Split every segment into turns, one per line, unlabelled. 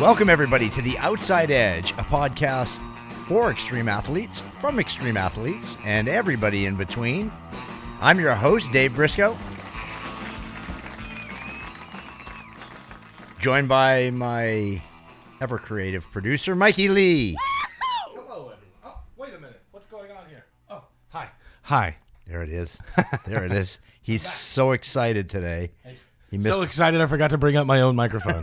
Welcome, everybody, to The Outside Edge, a podcast for extreme athletes, from extreme athletes, and everybody in between. I'm your host, Dave Briscoe, joined by my ever creative producer, Mikey Lee.
Hello, everyone. Oh, wait a minute. What's going on here? Oh, hi. Hi.
There it is. There it is. He's so excited today. He missed
So excited I forgot to bring up my own microphone.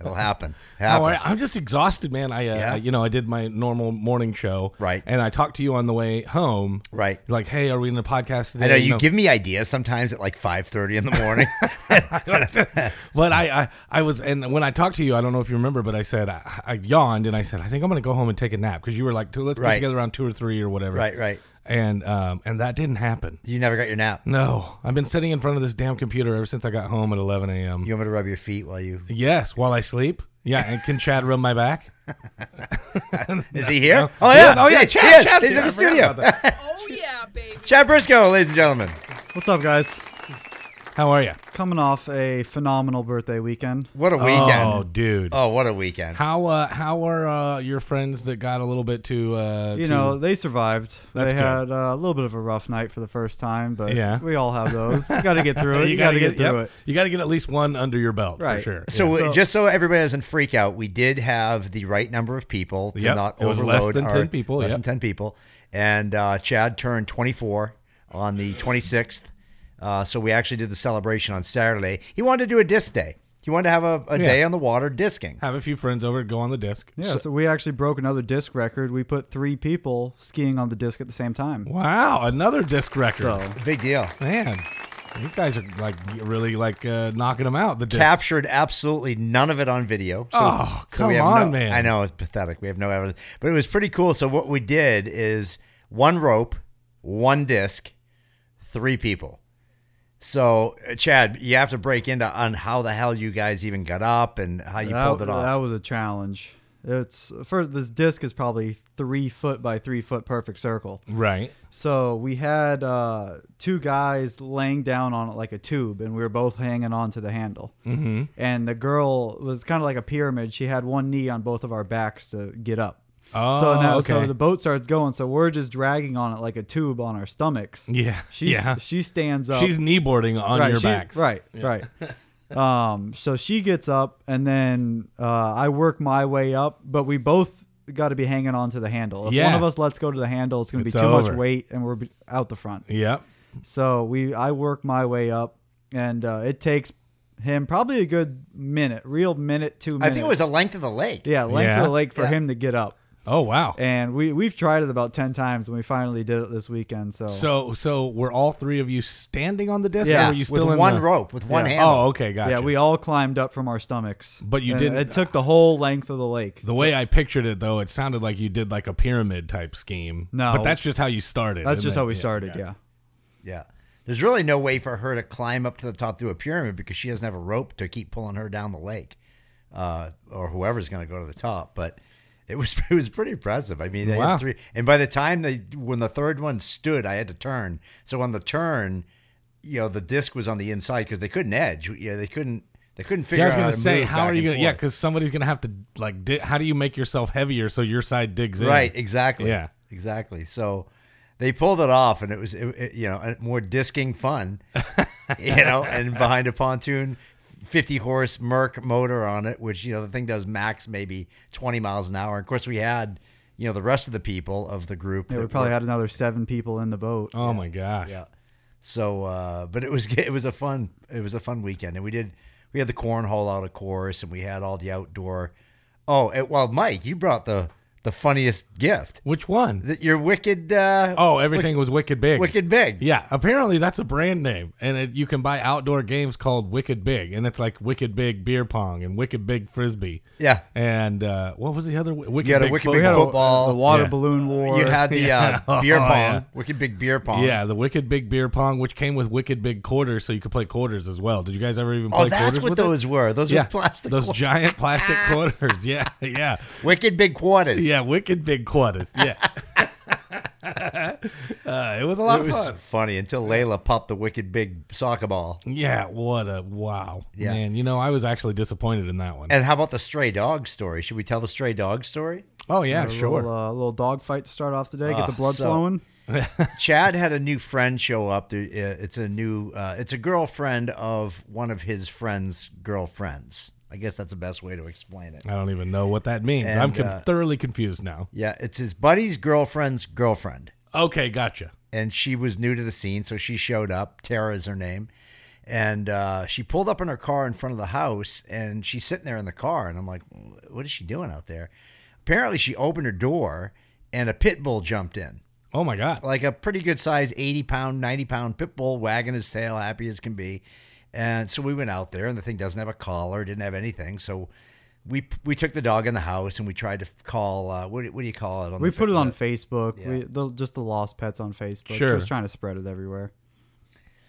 It'll happen.
How
Happens.
are- I'm just exhausted, man. I, uh,
Yeah.
you know, I did my normal morning show.
Right.
And I talked to you on the way home.
Right.
Like, hey, are we in a podcast today?
I know you
know,
give me ideas sometimes at like five thirty in the morning.
But I, I, I was, and when I talked to you, I don't know if you remember, but I said I, I yawned and I said I think I'm going to go home and take a nap because you were like, let's get
Right.
together around two or three or whatever.
Right, right.
And um, and that didn't happen.
you never got your nap.
No, I've been sitting in front of this damn computer ever since I got home at 11 a.m.
You want me to rub your feet while you?
Yes, while I sleep. Yeah, and can Chad rub my back?
Is he here?
Oh, yeah. Oh, yeah. Chad,
he is.
Chad's
He's
here.
in
I
the
forgot about
studio.
Oh yeah, baby.
Chad Briscoe, ladies and gentlemen.
What's up, guys?
How are you?
Coming off a phenomenal birthday weekend.
What a weekend!
Oh, dude.
Oh, what a weekend!
How uh, how are uh, your friends that got a little bit too? Uh,
You
too-
know, they survived.
That's
they
good.
had uh, a little bit of a rough night for the first time, but
Yeah.
we all have those. got to get through it. You, got to get, through
yep,
it.
You got to get at least one under your belt for
Right.
sure.
So,
Yeah. So-
just so everybody doesn't freak out, we did have the right number of people to
Yep.
not
It was
overload.
less than
our-
10 people,
Less
yep.
than ten people, and uh, Chad turned twenty four on the twenty sixth. Uh, so we actually did the celebration on Saturday. He wanted to do a disc day. He wanted to have a, a
Yeah.
day on the water discing.
have a few friends over, go on the disc.
Yeah,
So-
so, we actually broke another disc record. We put three people skiing on the disc at the same time.
wow, another disc record.
So
Big deal.
Man, you guys are like really like uh, knocking them out. The disc.
captured absolutely none of it on video. So,
Oh,
so we
come
have no-
on, man.
I know it's pathetic. We have no evidence, but it was pretty cool. So what we did is one rope, one disc, three people. So uh, Chad, you have to break into on how the hell you guys even got up and how you
that,
pulled it
that
off.
was a challenge. It's first. This disc is probably three foot by three foot perfect circle.
right.
So we had uh, two guys laying down on like a tube, and we were both hanging on to the handle. Mm-hmm. And the girl was kind of like a pyramid. She had one knee on both of our backs to get up.
Oh,
so now
okay.
so the boat starts going. So we're just dragging on it like a tube on our stomachs.
Yeah,
She's,
yeah.
She stands up.
She's kneeboarding on
right,
your
she-
backs.
Right. Right. um. So she gets up, and then uh, I work my way up, but we both. Got to be hanging on to the handle. If one
Yeah.
of us lets go to the handle, it's going to
It's
be too
over.
much weight, and we're be- out the front.
Yep.
So we, I work my way up, and uh, it takes him probably a good minute, real minute, two
I
minutes.
think it was the length of the lake.
yeah, length
Yeah.
of the lake for
Yeah.
him to get up.
Oh wow.
And we we've tried it about ten times, and we finally did it this weekend. So,
So so were all three of you standing on the disc? Or
Yeah,
were you
with
still
with
in
one
the-
rope, with one
Yeah.
hand.
Oh, okay, gotcha.
yeah, we all climbed up from our stomachs.
But you
And
didn't-
It took the whole length of the lake.
The way I pictured it, though, it sounded like you did like a pyramid type scheme.
No.
but that's just how you started.
That's
isn't
just
it?
how we
Yeah.
started. Yeah.
Yeah. There's really no way for her to climb up to the top through a pyramid because she doesn't have a rope to keep pulling her down the lake, uh, or whoever's going to go to the top. But it was it was pretty impressive. I mean, they
Wow.
had three, and by the time they when the third one stood, I had to turn. So on the turn, you know, the disc was on the inside because they couldn't edge. Yeah, they couldn't. They couldn't figure
Yeah, I was
out.
gonna
how to
say,
move
how
back
are you
and
gonna? Yeah,
forth.
because somebody's gonna have to like. Di- how do you make yourself heavier so your side digs in?
Right, exactly.
Yeah.
exactly. So they pulled it off, and it was it, it- you know more disking fun, you know, and behind a pontoon, fifty horse Merc motor on it, which you know the thing does max maybe twenty miles an hour. Of course, we had you know the rest of the people of the group.
Yeah,
that
we probably
were-
had another seven people in the boat.
Oh my gosh.
yeah. So, uh, but it was it was a fun it was a fun weekend, and we did we had the cornhole out of course, and we had all the outdoor. Oh, and, well, Mike, you brought the the funniest gift.
Which one?
That your wicked uh,
Oh, everything was wicked big.
Wicked Big.
Yeah, apparently that's a brand name, and it, you can buy outdoor games called Wicked Big, and it's like Wicked Big beer pong and Wicked Big frisbee.
Yeah.
And uh, what was the other? wi- Wicked
You had a
Big
Wicked
Fo-
Big
we had a-
football.
a, water
Yeah.
balloon war.
You had the uh,
Yeah.
beer
Oh,
pong,
yeah.
Wicked Big beer pong.
Yeah, the Wicked Big Beer Pong, which came with Wicked Big Quarters, so you could play quarters as well. Did you guys ever even play
Oh, that's
quarters?
what
with it?
those were. Those
yeah,
were plastic.
Those
qu-
giant plastic quarters. Yeah, yeah,
wicked Big quarters.
yeah. Wicked Big Quarters. Yeah. Uh, it was a lot
it
of
was
fun.
funny until Layla popped the wicked big soccer ball.
Yeah, what a wow.
Yeah.
Man, you know, I was actually disappointed in that one.
And how about the stray dog story? Should we tell the stray dog story?
oh, yeah,
a
sure.
little, uh, little dog fight to start off the day. Get
Ah,
the blood
so-
flowing.
Chad had a new friend show up. There, uh, It's a new, uh, it's a girlfriend of one of his friend's girlfriends. I guess that's the best way to explain it.
I don't even know what that means.
And,
I'm com-
uh,
thoroughly confused now.
Yeah, it's his buddy's girlfriend's girlfriend.
Okay, gotcha.
and she was new to the scene, so she showed up. Tara is her name, and uh, she pulled up in her car in front of the house, and she's sitting there in the car, and I'm like, "What is she doing out there?" Apparently, she opened her door, and a pit bull jumped in,
Oh my god.
like a pretty good size, 80 pound, 90 pound pit bull, wagging his tail, happy as can be. And so we went out there, and the thing doesn't have a collar, didn't have anything, so. We, we took the dog in the house and we tried to f- call uh, what, do- what do you call it on
We
the,
put it
fa-
on Facebook. We the, just the lost pets on Facebook.
Sure.
Just trying to spread it everywhere.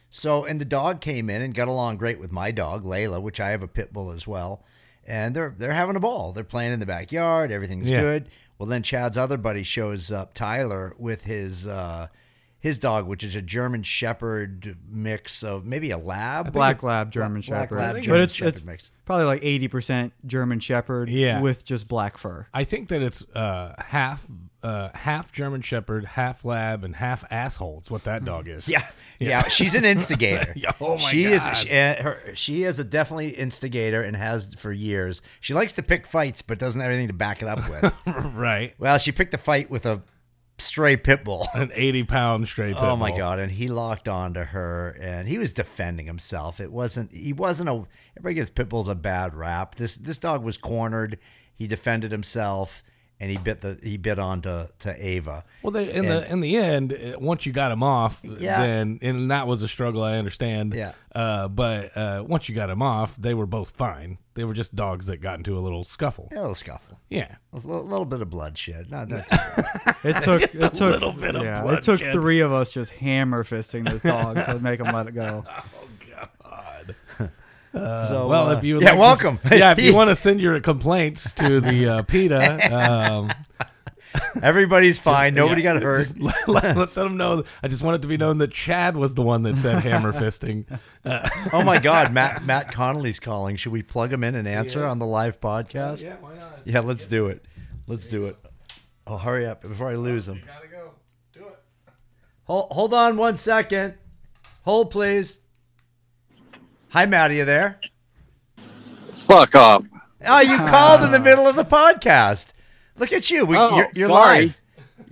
So, and the dog came in and got along great with my dog Layla, which I have a pit bull as well. And they're they're having a ball. They're playing in the backyard. Everything's
Yeah.
good. Well, then Chad's other buddy shows up, Tyler, with his uh, his dog, which is a German Shepherd mix of maybe a lab,
Black Lab German
Black
Shepherd.
Lab
but
German
it's,
Shepherd
it's
mix.
probably like eighty percent German Shepherd.
Yeah.
with just black fur.
I think that it's uh, half uh, half German Shepherd, half Lab, and half asshole. It's what that dog is.
Mm. Yeah, yeah, she's an instigator.
Yeah, oh my
she
God.
is she, uh, her, she is a definitely instigator and has for years. She likes to pick fights, but doesn't have anything to back it up with.
right.
Well, she picked a fight with a stray pit bull.
An eighty pound straight.
Oh my god! And he locked onto her, and he was defending himself. It wasn't he wasn't a everybody gives pit bulls a bad rap. This this dog was cornered. He defended himself, and he bit the he bit onto to Ava.
Well, they, in the in the end, uh, once you got him off, uh,
Yeah.
then and that was a struggle. I understand.
Yeah.
Uh, but uh, once you got him off, they were both fine. They were just dogs that got into a little scuffle.
A little scuffle,
Yeah.
a little, little bit of bloodshed. Not that.
It took
Just a
it took
little bit of
yeah,
blood,
It took
kid.
three of us just hammer fisting this dog to make him let it go.
so
Well,
uh,
if you would
yeah,
like to-
welcome.
yeah, if you want to send your complaints to the uh, PETA, um,
everybody's fine. Nobody got hurt.
just let, let- let them know. I just want it to be known that Chad was the one that said hammer fisting.
oh my God, Matt Matt Connolly's calling. Should we plug him in and answer on the live podcast?
why not?
Yeah, let's do it. Let's do it. Oh, hurry up before I lose him.
Gotta go. Do it.
Hold, hold on one second. Hold, please. Hi, Matt. Are you there?
Fuck off.
Oh, you called in the middle of the podcast. Look at you. We,
Oh,
you're, you're
sorry.
live.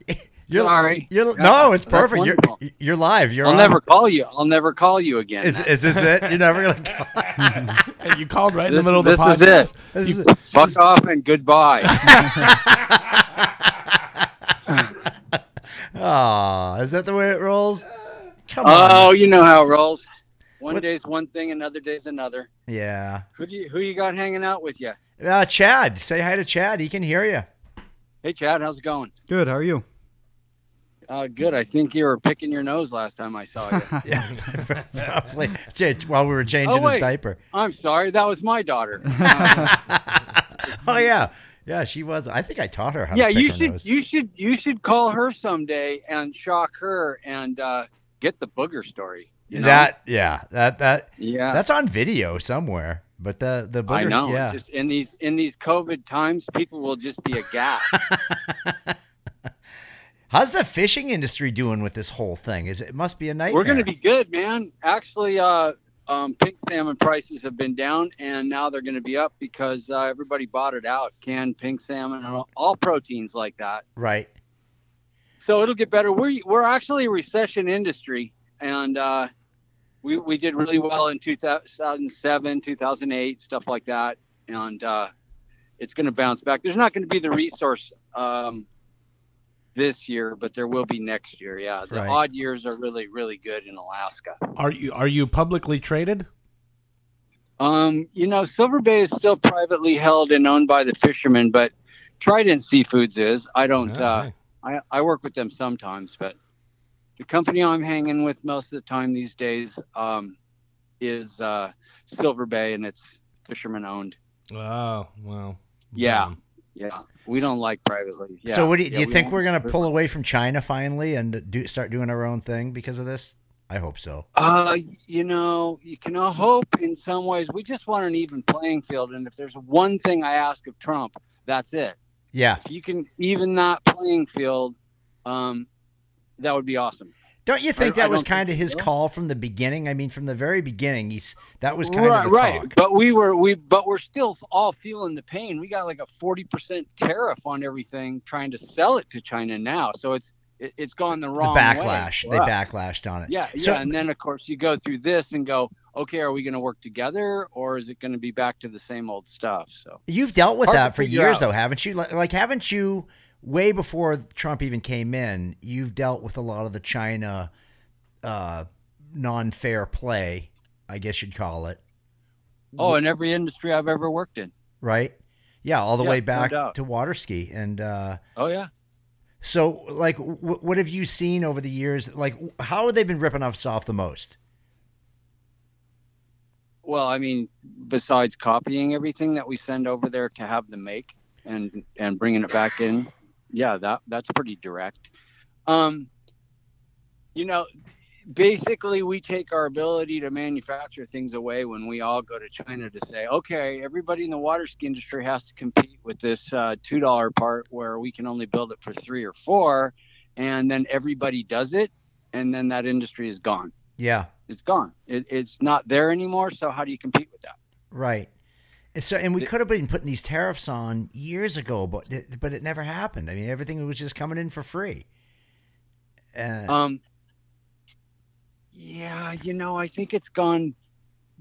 You're,
Sorry.
You're, no, it's
That's
perfect. You're,
wonderful.
you're live. You're
I'll
on.
never call you. I'll never call you again.
Is, is this it? You're never gonna. Call.
Hey, you called right in the
This-
middle of the podcast.
this is it.
This is-
Fuck off and goodbye.
Aw, is that the way it rolls? Come on.
oh, you know how it rolls. One
What-
day's one thing, another day's another.
Yeah.
Who do you who you got hanging out with you?
Uh, Chad, say hi to Chad. He can hear you.
Hey Chad, how's it going?
Good. How are you?
Uh, good. I think you were picking your nose last time I saw you.
Yeah, probably. Ch- While we were changing his
Oh, wait.
diaper.
I'm sorry, that was my daughter. Uh,
Oh yeah, yeah. She was. I think I taught her how.
yeah,
to pick
you
her
should
nose.
you should you should call her someday and shock her and uh, get the booger story. you know?
That yeah, that that
yeah.
that's on video somewhere. But the the
I
booger-
know.
Yeah,
Just in these in these COVID times, people will just be aghast.
how's the fishing industry doing with this whole thing? Is it must be a nightmare.
We're going to be good, man. Actually, uh, um, pink salmon prices have been down, and now they're going to be up because uh, everybody bought it out. Canned pink salmon and all, all proteins like that.
right.
So it'll get better. We're we're actually a recession industry, and uh, we we did really well in 2007, 2008, stuff like that, and uh, it's going to bounce back. There's not going to be the resource um, this year, but there will be next year. Yeah, the
Right.
odd years are really really good in Alaska.
Are you are you publicly traded?
Um, you know, Silver Bay is still privately held and owned by the fishermen, but Trident Seafoods is. I don't. uh,
Alright.
I, I work with them sometimes, but the company I'm hanging with most of the time these days um, is uh, Silver Bay, and it's fisherman owned.
Oh well.
Yeah.
damn.
Yeah, we don't like privately. Yeah.
so, what do you,
Yeah,
do you
we
think
don't-
we're going to pull away from China finally and do, start doing our own thing because of this? I hope so.
Uh, you know, you can all hope in some ways. We just want an even playing field, and if there's one thing I ask of Trump, that's it.
Yeah.
If you can even that playing field, um, that would be awesome.
Don't you think
I- I
that was
don't think
kind of
we
his
will.
call from the beginning? I mean, from the very beginning, he's that was kind
right,
of the
right.
talk.
But we were we, but we're still all feeling the pain. We got like a forty percent tariff on everything, trying to sell it to China now. So it's it, it's gone the
The
wrong
backlash.
Way
They
for us.
backlashed on it.
Yeah, yeah.
So-
and then of course you go through this and go, okay, are we going to work together or is it going to be back to the same old stuff? So
You've dealt with
Hard
that
to
for
figure
years,
out.
though, haven't you? Like, like, haven't you? Way before Trump even came in, you've dealt with a lot of the China uh, non-fair play, I guess you'd call it,
oh, in every industry I've ever worked in.
right? Yeah, all the
Yeah,
way
no
back
doubt.
to waterski, and uh,
Oh yeah.
so like, w- what have you seen over the years? Like, w- how have they been ripping us off the most?
Well, I mean, besides copying everything that we send over there to have them make and and bringing it back in, yeah, that that's pretty direct. Um, you know, basically, we take our ability to manufacture things away when we all go to China to say, okay, everybody in the water ski industry has to compete with this uh, two dollar part where we can only build it for three or four, and then everybody does it, and then that industry is gone
Yeah,
it's gone. It, it's not there anymore. So how do you compete with that?
right. And So, and we
The-
could have been putting these tariffs on years ago, but it, but it never happened. I mean, everything was just coming in for free. Uh,
Um, yeah, you know, I think it's gone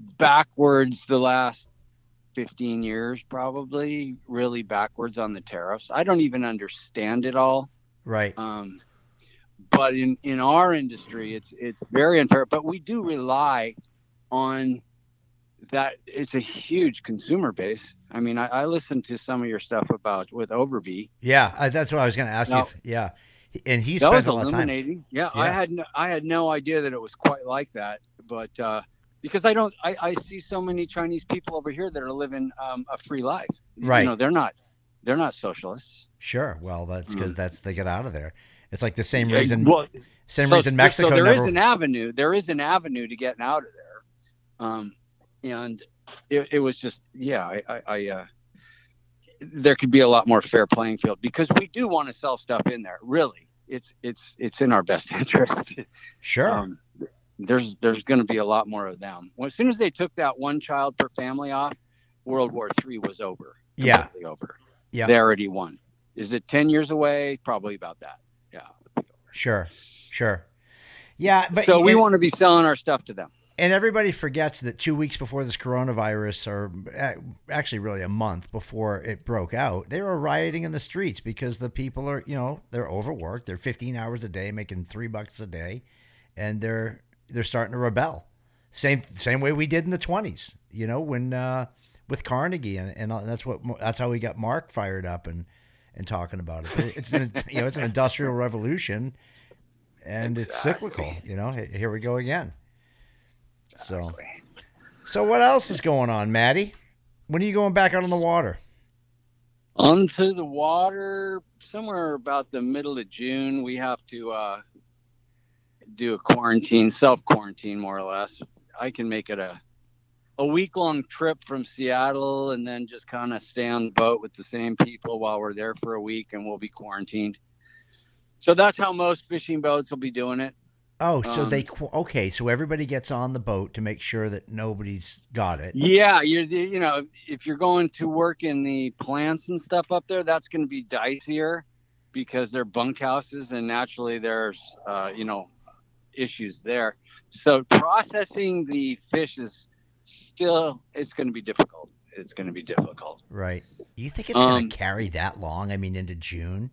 backwards the last 15 years, probably really backwards on the tariffs. I don't even understand it all.
right.
Um, but in, in our industry, it's it's very unfair. But we do rely on that. It's a huge consumer base. I mean, I, I listened to some of your stuff about with Overby,
Yeah, I, that's what I was going to ask you.
No.
If, yeah, He- and he
that
spent
was
a lot of time.
illuminating. Yeah, I
Yeah.
had no, I had no idea that it was quite like that, but uh, because I don't, I, I see so many Chinese people over here that are living um, a free life.
Right.
You know, they're not, they're not socialists.
Sure. Well, that's because
Mm.
that's they get out of there. It's like the same
Yeah,
reason.
well,
same
so-
reason
so
Mexico
there is
never.
an avenue. There is an avenue to getting out of there, um, and it, it was just yeah. I, I, I uh, there could be a lot more fair playing field because we do want to sell stuff in there. Really, it's it's it's in our best interest.
sure.
um, there's there's going to be a lot more of them. Well, as soon as they took that one child per family off, World War III was over.
Yeah.
completely over.
Yeah.
they already won. Is it ten years away? Probably about that. Yeah.
sure. Sure. Yeah, but
so we
and,
want to be selling our stuff to them.
and everybody forgets that two weeks before this coronavirus, or a- actually really a month before it broke out, they were rioting in the streets because the people are, you know, they're overworked. They're 15 hours a day, making three bucks a day, and they're they're starting to rebel. Same same way we did in the 20s, you know, when uh, with Carnegie, and, and all- that's what that's how we got Mark fired up and and talking about it. But It's an, you know it's an industrial revolution, and it's
Exactly.
cyclical. You know, H- here we go again. So, so what else is going on, Maddie? When are you going back out on the water?
Onto the water somewhere about the middle of June. We have to uh, do a quarantine, self quarantine more or less. I can make it a a week long trip from Seattle and then just kind of stay on the boat with the same people while we're there for a week and we'll be quarantined. So that's how most fishing boats will be doing it.
Oh, so
Um,
they qu- okay. So everybody gets on the boat to make sure that nobody's got it.
Yeah, you're you know if you're going to work in the plants and stuff up there, that's going to be dicier because they're bunkhouses and naturally there's uh, you know issues there. So processing the fish is still it's going to be difficult. It's going to be difficult.
Right? You think it's gonna
Um,
carry that long? I mean, into June.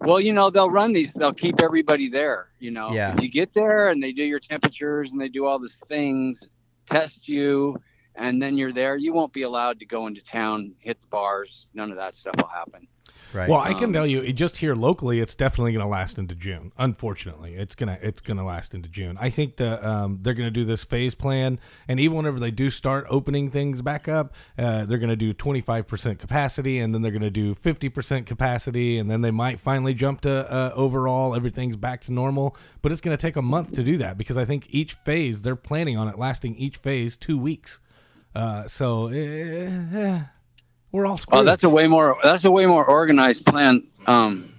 Well, you know they'll run these. They'll keep everybody there. You know,
Yeah.
if you get there and they do your temperatures and they do all these things, test you, and then you're there. You won't be allowed to go into town, hit the bars. None of that stuff will happen.
Right.
Well, I can
Um,
tell you, it- just here locally, it's definitely going to last into June. Unfortunately, it's gonna it's gonna last into June. I think the um, they're going to do this phase plan, and even whenever they do start opening things back up, uh, they're going to do twenty five percent capacity, and then they're going to do fifty percent capacity, and then they might finally jump to uh, overall everything's back to normal. But it's going to take a month to do that because I think each phase they're planning on it lasting each phase two weeks. Uh, so eh, eh, we're all screwed.
Oh, that's a way more that's a way more organized plan um,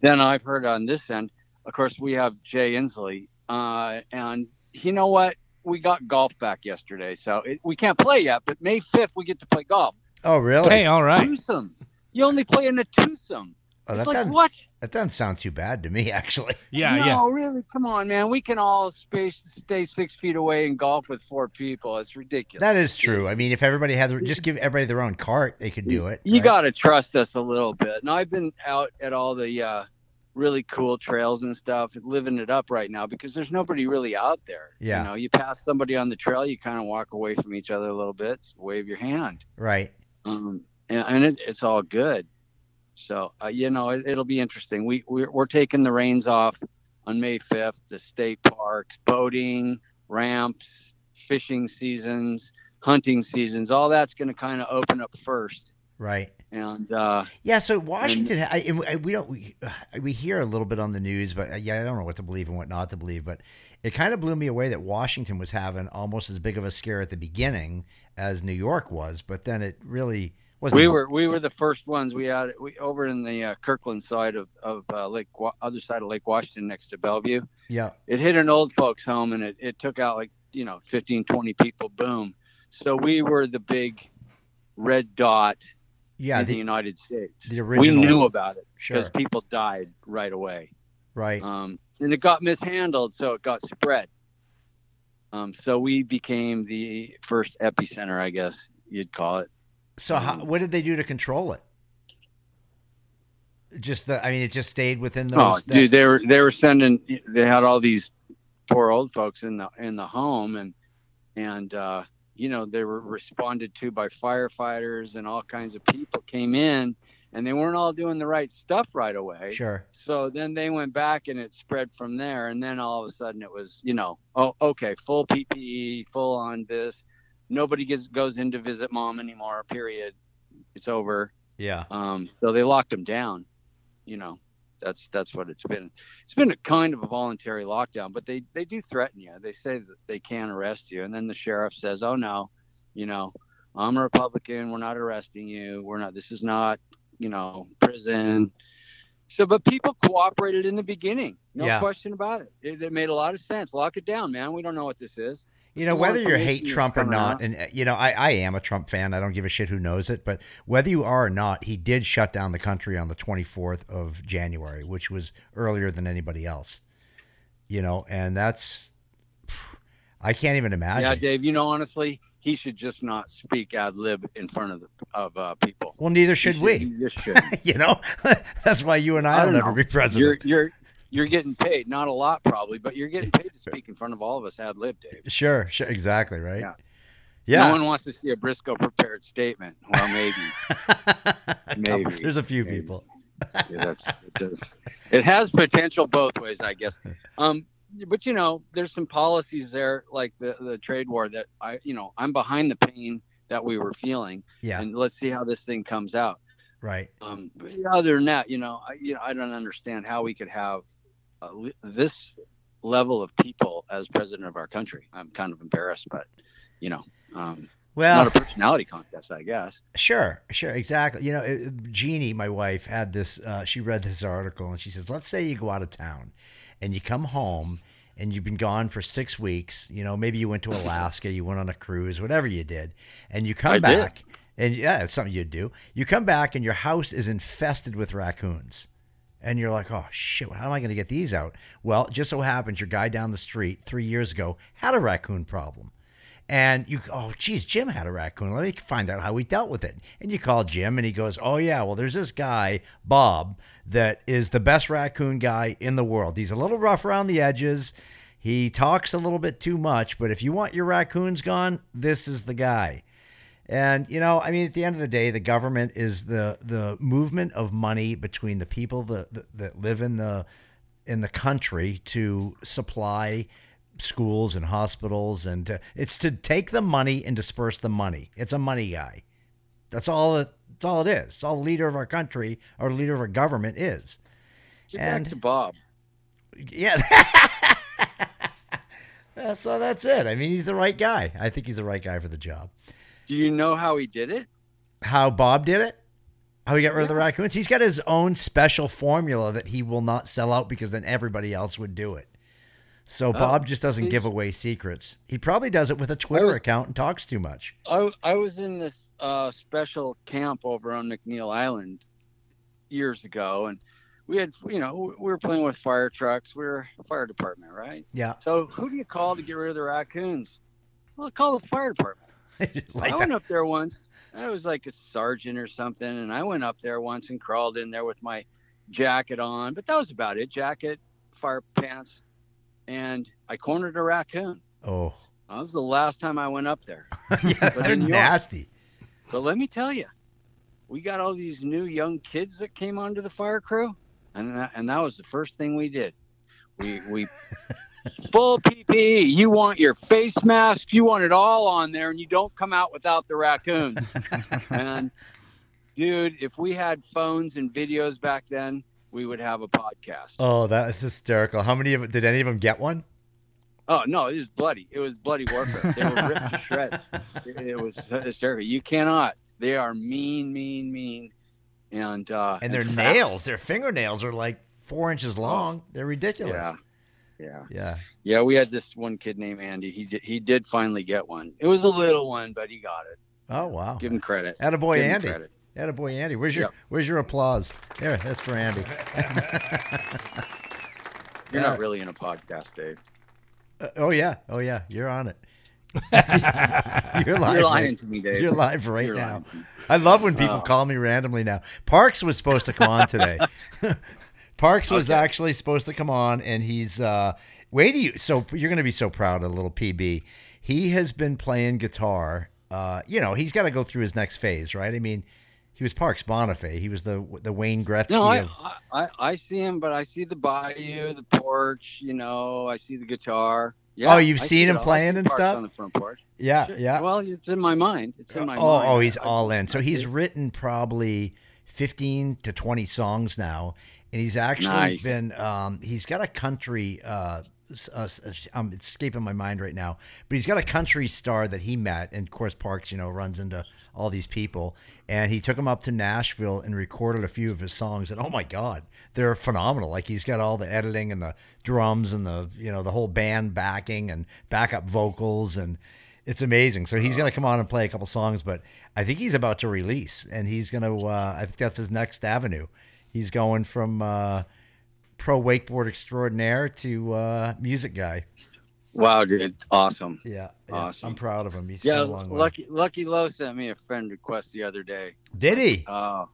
than I've heard on this end. Of course, we have Jay Inslee, uh, and you know what? We got golf back yesterday, so it, we can't play yet. But May fifth, we get to play golf.
Oh, really?
hey, all right.
Twosomes. You only play in a twosome.
Oh, that,
it's like
doesn't,
what?
that doesn't sound too bad to me, actually.
Yeah,
no,
yeah.
really. Come on, man. We can all space stay six feet away and golf with four people. It's ridiculous.
That is true. I mean, if everybody had, their- just give everybody their own cart, they could do it.
you
right?
got to trust us a little bit. And I've been out at all the uh, really cool trails and stuff, living it up right now because there's nobody really out there.
Yeah.
You know, you pass somebody on the trail, you kind of walk away from each other a little bit, wave your hand,
right.
um, and, and it, it's all good. So uh, you know, it, it'll be interesting. We we're, we're taking the reins off on May 5th. The state parks, boating, ramps, fishing seasons, hunting seasons, all that's going to kind of open up first.
Right.
And uh,
Yeah, so Washington, I, and I- we don't we, we hear a little bit on the news, but uh, yeah, I don't know what to believe and what not to believe. But it kind of blew me away that Washington was having almost as big of a scare at the beginning as New York was, but then it really wasn't.
We were we were the first ones. We had we over in the uh, Kirkland side of of uh, Lake Wa- other side of Lake Washington next to Bellevue.
yeah,
It hit an old folks home and it, it took out like you know 15 20 people. Boom. So we were the big red dot
yeah,
in the
the,
United States.
the original.
We knew about it because
sure,
people died right away.
right,
Um, and it got mishandled, so it got spread. Um, so we became the first epicenter, I guess you'd call it.
So, how, what did they do to control it? Just the, I mean, it just stayed within those.
Oh,
that-
dude, they were they were sending. They had all these poor old folks in the in the home, and and uh, you know they were responded to by firefighters and all kinds of people came in, and they weren't all doing the right stuff right away.
sure,
So then they went back and it spread from there, and then all of a sudden it was you know oh okay full PPE, full on this. Nobody gets, goes in to visit mom anymore. Period. It's over.
yeah,
Um, so they locked them down. You know, that's that's what it's been. It's been a kind of a voluntary lockdown, but they they do threaten you. They say that they can arrest you, and then the sheriff says, "Oh no, you know, I'm a Republican. We're not arresting you. We're not. This is not, you know, prison." So, but people cooperated in the beginning. No
Yeah.
question about it. it. It made a lot of sense. Lock it down, man. We don't know what this is.
You know,
More
whether you hate
information is
Trump or
coming
not,
out.
and uh, you know, I, I am a Trump fan. I don't give a shit who knows it, but whether you are or not, he did shut down the country on the 24th of January, which was earlier than anybody else. You know, and that's I can't even
Yeah,
imagine.
Dave. You know, honestly, he should just not speak ad lib in front of the, of uh, people.
well, neither
He
should we.
he just should.
you know, that's why you and
I
I will
don't
never
know.
be president.
you're you're you're getting paid not a lot probably but you're getting paid to speak in front of all of us ad lib dave
sure, sure, exactly right. Yeah.
Yeah. no one wants to see a briscoe prepared statement well maybe Maybe.
There's a few
Maybe.
people.
Yeah, that's, it, does. it has potential both ways i guess um but you know there's some policies there like the the trade war that i you know i'm behind the pain that we were feeling
Yeah,
and let's see how this thing comes out
right.
Um, but other than that, you know, I, you know, I don't understand how we could have uh, li- this level of people as president of our country. I'm kind of embarrassed, but you know, um,
Well,
not a personality contest, I guess.
Sure, sure, exactly. You know, it, Jeannie, my wife, had this. Uh, she read this article and she says, "Let's say you go out of town, and you come home, and you've been gone for six weeks. You know, maybe you went to Alaska, you went on a cruise, whatever you did, and you come
I did.
back, and yeah, it's something you'd do. You come back, and your house is infested with raccoons." And you're like, oh shit, how am I going to get these out? Well, it just so happens your guy down the street three years ago had a raccoon problem. And you, oh, geez, Jim had a raccoon. Let me find out how he dealt with it. And you call Jim and he goes, oh, yeah, well, there's this guy, Bob, that is the best raccoon guy in the world. He's a little rough around the edges. He talks a little bit too much, but if you want your raccoons gone, this is the guy. And you know, I mean, at the end of the day, the government is the the movement of money between the people that that, that live in the in the country to supply schools and hospitals, and to, it's to take the money and disperse the money. It's a money guy. That's all. It, that's all it is. It's all the leader of our country, our leader of our government is.
Get
And-
back to Bob.
Yeah. Uh, so that's it. I mean, he's the right guy. I think he's the right guy for the job.
Do you know how he did it?
How Bob did it? How he got rid of the raccoons? He's got his own special formula that he will not sell out because then everybody else would do it. So
Oh,
Bob just doesn't give away secrets. He probably does it with a Twitter
was-
account and talks too much.
I, I was in this uh, special camp over on McNeil Island years ago, and we had, you know, we were playing with fire trucks. We were a fire department, right?
Yeah,
So who do you call to get rid of the raccoons? Well, call the fire department.
like
I
that.
went up there once. I was like a sergeant or something, and I went up there once and crawled in there with my jacket on, but that was about it jacket, fire pants, and I cornered a raccoon.
Oh,
That was the last time I went up there.
yeah,
in
they're
New York.
nasty.
But let me tell you, we got all these new young kids that came onto the fire crew, and that, and that was the first thing we did. We we full PPE. You want your face masks. You want it all on there, and you don't come out without the raccoons. and dude, if we had phones and videos back then, we would have a podcast. Oh,
Oh, that was hysterical. How many of did any of them get one?
Oh, no, it was bloody. It was bloody warfare. They were ripped to shreds. It, it was hysterical. You cannot. They are mean, mean, mean. And uh,
And their
fast.
nails, their fingernails are like four inches long. They're ridiculous.
Oh. Yeah. Yeah.
Yeah.
Yeah, we had this one kid named Andy. He did, he did finally get one. It was a little one, but he got it.
Oh wow.
Give him credit.
Attaboy
Give him
Andy.
credit.
Attaboy Andy. Where's your
Yep.
where's your applause? There, that's for Andy.
You're
Yeah.
not really in a podcast, Dave.
Uh, oh yeah. Oh yeah. You're on it. You're live.
You're lying
right-
to me, Dave.
You're live right
You're
now.
lying to me.
I love when people
Oh.
call me randomly now. Parks was supposed to come on today. Parks was
Okay.
actually supposed to come on, and he's uh, wait. Do you so you're going to be so proud of little PB. He has been playing guitar. Uh, you know, he's got to go through his next phase, right? I mean, he was Parks Bonifay. He was the the Wayne Gretzky
No, I,
of
I, I, I see him, but I see the bayou, the porch. You know, I see the guitar. Yeah,
Oh, you've
I
seen
see it
him
all. I see
playing and
Parks
stuff?
On the front porch.
yeah
Sure.
yeah.
Well, it's in my mind. It's in my
oh,
mind.
oh, he's
I-
all in. So
I
he's
see it.
written probably 15 to 20 songs now. And he's actually
Nice.
been, um, he's got a country, uh, s- uh, s- uh, um, it's escaping my mind right now, but he's got a country star that he met. And of course, Parks, you know, runs into all these people. And he took him up to Nashville and recorded a few of his songs. And oh my God, they're phenomenal. Like he's got all the editing and the drums and the, you know, the whole band backing and backup vocals. And, it's amazing. So he's going to come on and play a couple songs, but I think he's about to release, and he's going to. Uh, I think that's his next avenue. He's going from uh, pro wakeboard extraordinaire to uh, music guy.
Wow, dude, awesome.
Yeah, yeah.
Awesome.
I'm proud of him. He's
Yeah,
come a long way.
Lucky Lucky Low sent me a friend request the other day.
Did he?
Oh,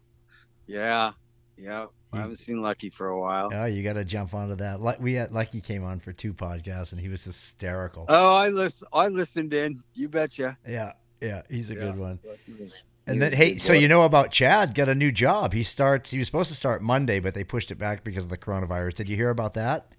yeah, yeah. I
You-
haven't seen Lucky for a while.
Oh, you got to jump onto that. Like we had, Lucky came on for two podcasts, and he was hysterical.
oh, I listen. I listened in. You betcha.
yeah, yeah, he's a
Yeah.
good one.
Lucky was-
And
he
then,
was a
hey,
good
so
boy.
you know about Chad? Got a new job. He starts. He was supposed to start Monday, but they pushed it back because of the coronavirus. Did you hear about that?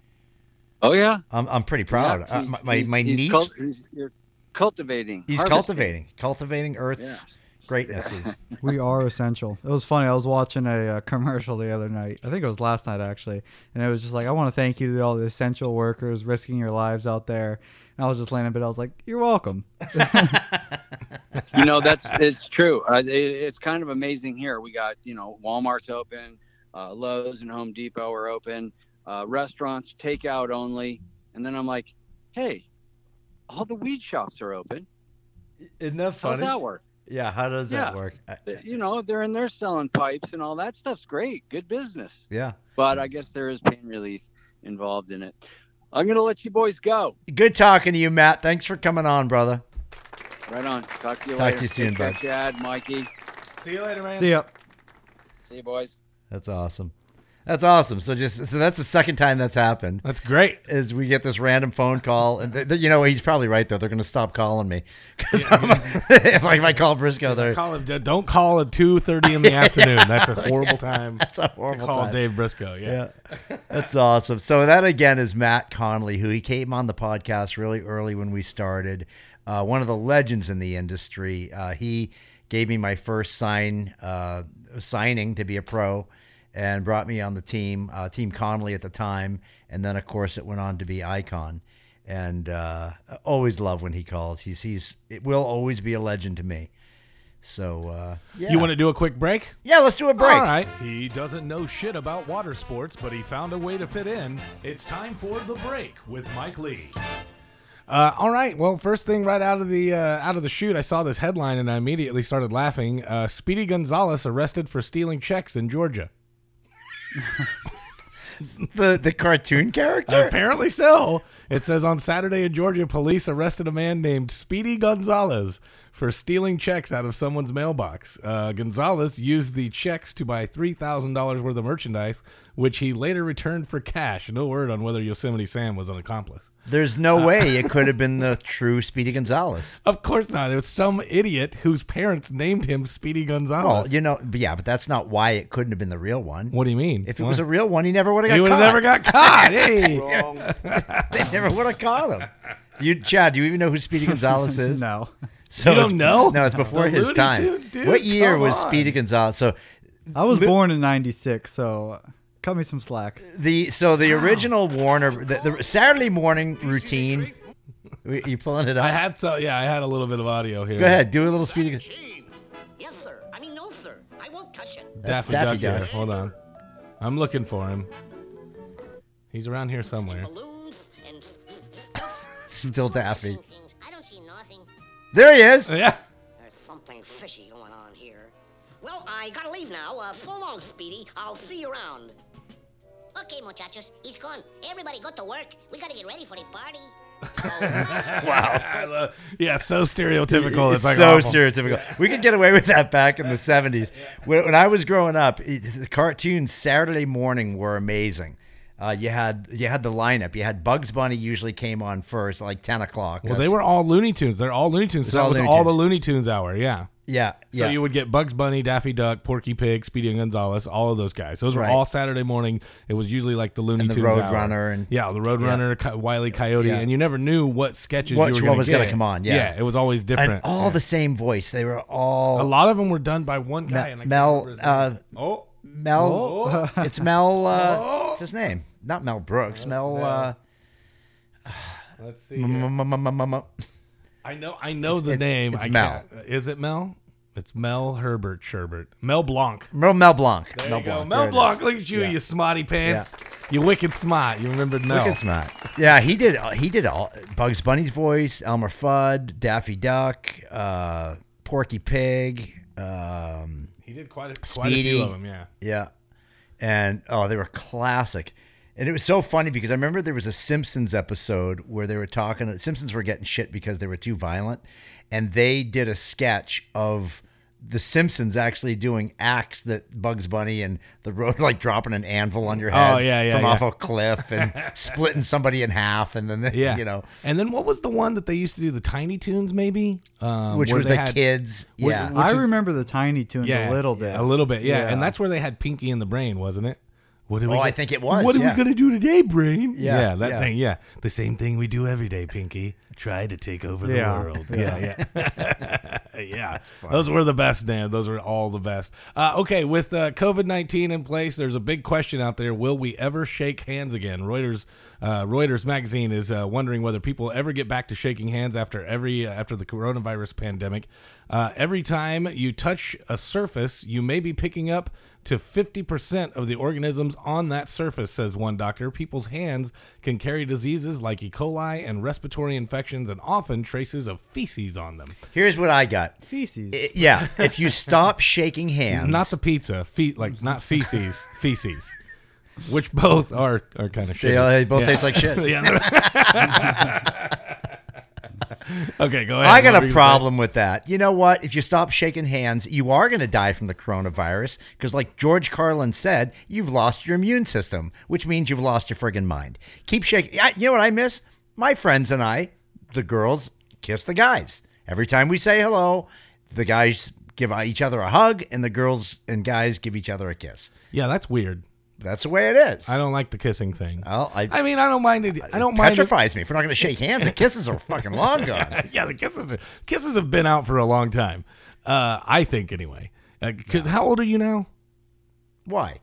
Oh yeah.
I'm, I'm pretty proud.
Yeah,
Uh, my my, my
he's
niece,
cult- he's, you're cultivating.
he's
harvesting.
cultivating, cultivating Earth's
Yeah.
greatnesses.
We are essential. It was funny. I was watching a uh, commercial the other night. I think it was last night actually, and it was just like, I want to thank you to all the essential workers risking your lives out there. And I was just laying in bed. I was like, you're welcome.
you know that's it's true uh, it, it's kind of amazing here we got you know walmart's open uh, lowes and home depot are open uh, restaurants takeout only and then i'm like hey all the weed shops are open
Isn't that
how's that work
Yeah. How does that
Yeah.
work? I,
you know they're in there selling pipes and all that stuff's great good business
yeah.
but i guess there is pain relief involved in it i'm gonna let you boys go
Good talking to you, Matt. Thanks for coming on, brother.
right on talk to
Talk to
you later
you soon,
Take care,
bud.
chad mikey
See you later, man.
See ya.
see you boys
That's awesome. That's awesome. So just so that's the second time that's happened.
That's great.
Is we get this random phone call, and th- th- you know he's probably right though. They're going to stop calling me because if, I- if I call Briscoe, they're
Call him, don't call at two thirty in the afternoon. That's a horrible time.
that's a horrible
call
time.
Dave Briscoe. Yeah.
Yeah. That's awesome. So that again is Matt Conley, who he came on the podcast really early when we started. Uh, one of the legends in the industry. Uh, he gave me my first sign uh, signing to be a pro, and brought me on the team, uh, Team Conley at the time, and then of course it went on to be Icon. And uh, I always love when he calls. He's he's it will always be a legend to me. So uh, yeah,
You want to do a quick break?
yeah, let's do a break.
All right. He doesn't know shit about water sports, but he found a way to fit in. It's time for the break with Mike Lee. Uh, all right. Well, first thing right out of the uh, out of the shoot, I saw this headline and I immediately started laughing. Uh, Speedy Gonzalez arrested for stealing checks in Georgia.
The the cartoon character.
Apparently so. It says on Saturday in Georgia, police arrested a man named Speedy Gonzalez for stealing checks out of someone's mailbox. Uh, Gonzalez used the checks to buy $3,000 worth of merchandise, which he later returned for cash. No word on whether Yosemite Sam was an accomplice.
There's
Uh,
no way it could have been the true Speedy Gonzalez.
Of course not. It was some idiot whose parents named him Speedy Gonzalez.
Well, Oh, you know, but yeah, but that's not why it couldn't have been the real one.
what do you mean?
If it was a real one, he never would have
he
got
would have
caught.
never got caught. Hey.
they never would have caught him. You, Chad, do you even know who Speedy Gonzalez is?
No.
So
You don't
it's-
know?
No, it's before
The
his
Looney
time.
Tunes, dude,
what year
come
was
on.
Speedy Gonzalez? So
I was born in 96, so uh, cut me some slack.
the so the original Warner the, the Saturday morning routine. Are you pulling it
I
up?
had so yeah, I had a little bit of audio here.
Go ahead, do a little Speedy. Gon-
Gene. Yes, sir. I mean, no, sir. I won't touch it.
That's
Daffy,
Daffy
Duck here.
Duck.
Hold on. I'm looking for him. He's around here somewhere.
Balloons and.
Still Daffy.
Things. I don't see nothing.
There he is.
Yeah.
There's something fishy going on here. Well, I gotta leave now. Uh, so long, Speedy. I'll see you around. Okay, muchachos. He's gone. Everybody go to work. We gotta get ready for the party. Oh,
I love- yeah, so stereotypical.
It's
It's, like
so
awful.
stereotypical. We could get away with that back in the seventies. When, when I was growing up, it, the cartoons Saturday morning were amazing. Uh, you had you had the lineup. You had Bugs Bunny usually came on first, like ten o'clock.
Well,
That's-
they were all Looney Tunes. They're all Looney Tunes. So
all
that was
Looney
all
Tunes.
the Looney Tunes hour. Yeah.
yeah
So
yeah.
you would get Bugs Bunny, Daffy Duck, Porky Pig, Speedy and Gonzalez, all of those guys. Those were
Right.
all Saturday morning. It was usually like the Looney
And the
Tunes
Road
hour.
Runner and-
yeah, the Road
yeah.
Runner, Co- Wile E. Coyote,
Yeah.
and you never knew what sketches
What-
you were
what
gonna
was gonna
get.
come on, yeah.
it was always different.
and all the same voice. They were
a
all
lot of them were done by one guy. and I can't
Mel.
remember his name.
Uh,
oh,
Mel. It's Mel. Uh, What's his name? Not Mel Brooks. Mel.
Mel.
Uh,
let's see. here.
m- m- m- m- m-
I know, I know
It's-
the
it's-
name.
it's
I
Mel.
can't- Is it Mel? It's Mel Herbert Sherbert. Mel Blanc.
Mel Mel Blanc.
There
Mel
you go.
Blanc.
Mel
there it is.
Blanc. Look at you,
Yeah.
you smotty pants. You wicked smart. You remembered Mel.
Wicked smart. Yeah, he did. uh, He did all Bugs Bunny's voice, Elmer Fudd, Daffy Duck, uh, Porky Pig. Um,
He did quite a, quite a
Speedy.
few of them. Yeah.
yeah, and oh, they were classic. And it was so funny because I remember there was a Simpsons episode where they were talking. The Simpsons were getting shit because they were too violent, and they did a sketch of the Simpsons actually doing acts that Bugs Bunny and the road, like dropping an anvil on your head
Oh, yeah, yeah,
from
yeah.
off a cliff and splitting somebody in half, and then
Yeah.
you know,
And then what was the one that they used to do? The Tiny Tunes, maybe. Um,
which
where
was
they
the
had-
kids.
where-
yeah,
where- Which
I
is-
remember the Tiny Tunes
Yeah,
a little bit.
yeah, a little bit. Yeah. And
Yeah.
that's where they had Pinky and the Brain, wasn't it? What did
Oh,
go-
I think it was,
What are
yeah.
we gonna do today, Brain?
Yeah,
that
yeah.
thing. Yeah, the same thing we do every day, Pinky. Try to take over the
Yeah.
world. Yeah, yeah, Uh, yeah. Those were the best, Dan. Those were all the best. Uh, okay, with uh, COVID nineteen in place, there's a big question out there: Will we ever shake hands again? Reuters, uh, Reuters magazine is uh, wondering whether people ever get back to shaking hands after every uh, after the coronavirus pandemic. Uh, every time you touch a surface, you may be picking up to 50% of the organisms on that surface, says one doctor. People's hands can carry diseases like E. coli and respiratory infections and often traces of feces on them.
here's what I got.
Feces.
I- yeah, if you stop shaking hands,
Not the pizza, fe- like not feces, feces, which both are, are kind of shit.
they, they both taste like shit.
Yeah. Okay, go ahead.
I got a
What were you gonna say?
problem with that. You know what? If you stop shaking hands, you are going to die from the coronavirus because, like George Carlin said, you've lost your immune system, which means you've lost your friggin' mind. Keep shaking. I, you know what I miss? My friends and I, the girls, kiss the guys. Every time we say hello, the guys give each other a hug, and the girls and guys give each other a kiss.
Yeah, that's weird.
That's the way it is.
I don't like the kissing thing.
Well, I,
I mean, I don't mind it. I don't mind. it-
petrifies me if we're not going to shake hands. The kisses are fucking long gone.
yeah, the kisses are, kisses have been out for a long time. Uh, I think anyway. Uh, 'cause How old are you now?
Why?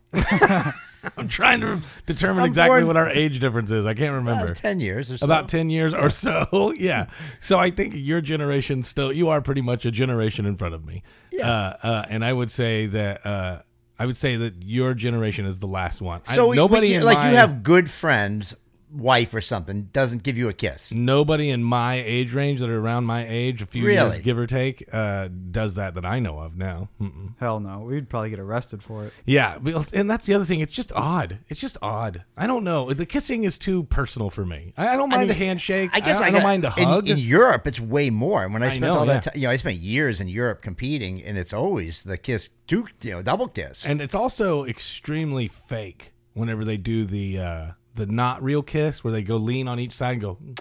I'm trying to determine
I'm
exactly
born-
what our age difference is. I can't remember.
About ten years or so.
About 10 years or so. yeah. So I think your generation still, you are pretty much a generation in front of me. Yeah. Uh, uh, and I would say that, uh, I would say that your generation is the last one. I-
So
nobody
nobody
in
like
my,
you have good friends, wife or something doesn't give you a kiss.
nobody in my age range that are around my age, a few
Really?
years give or take, uh, does that that I know of now. Mm-mm.
Hell no. We'd probably get arrested for it.
Yeah, well, and that's the other thing. It's just odd. It's just odd. I don't know. The kissing is too personal for me. I, I don't mind
mean,
a handshake.
I guess
I,
I,
don't
got-
mind a
in-
hug.
In, Europe, it's way more. And when I
I
spent
know,
all that
yeah.
time, you know, I spent years in Europe competing, and it's always the kiss, two, you know, double kiss.
and it's also extremely fake whenever they do the uh, the not real kiss where they go lean on each side and go. "Mm,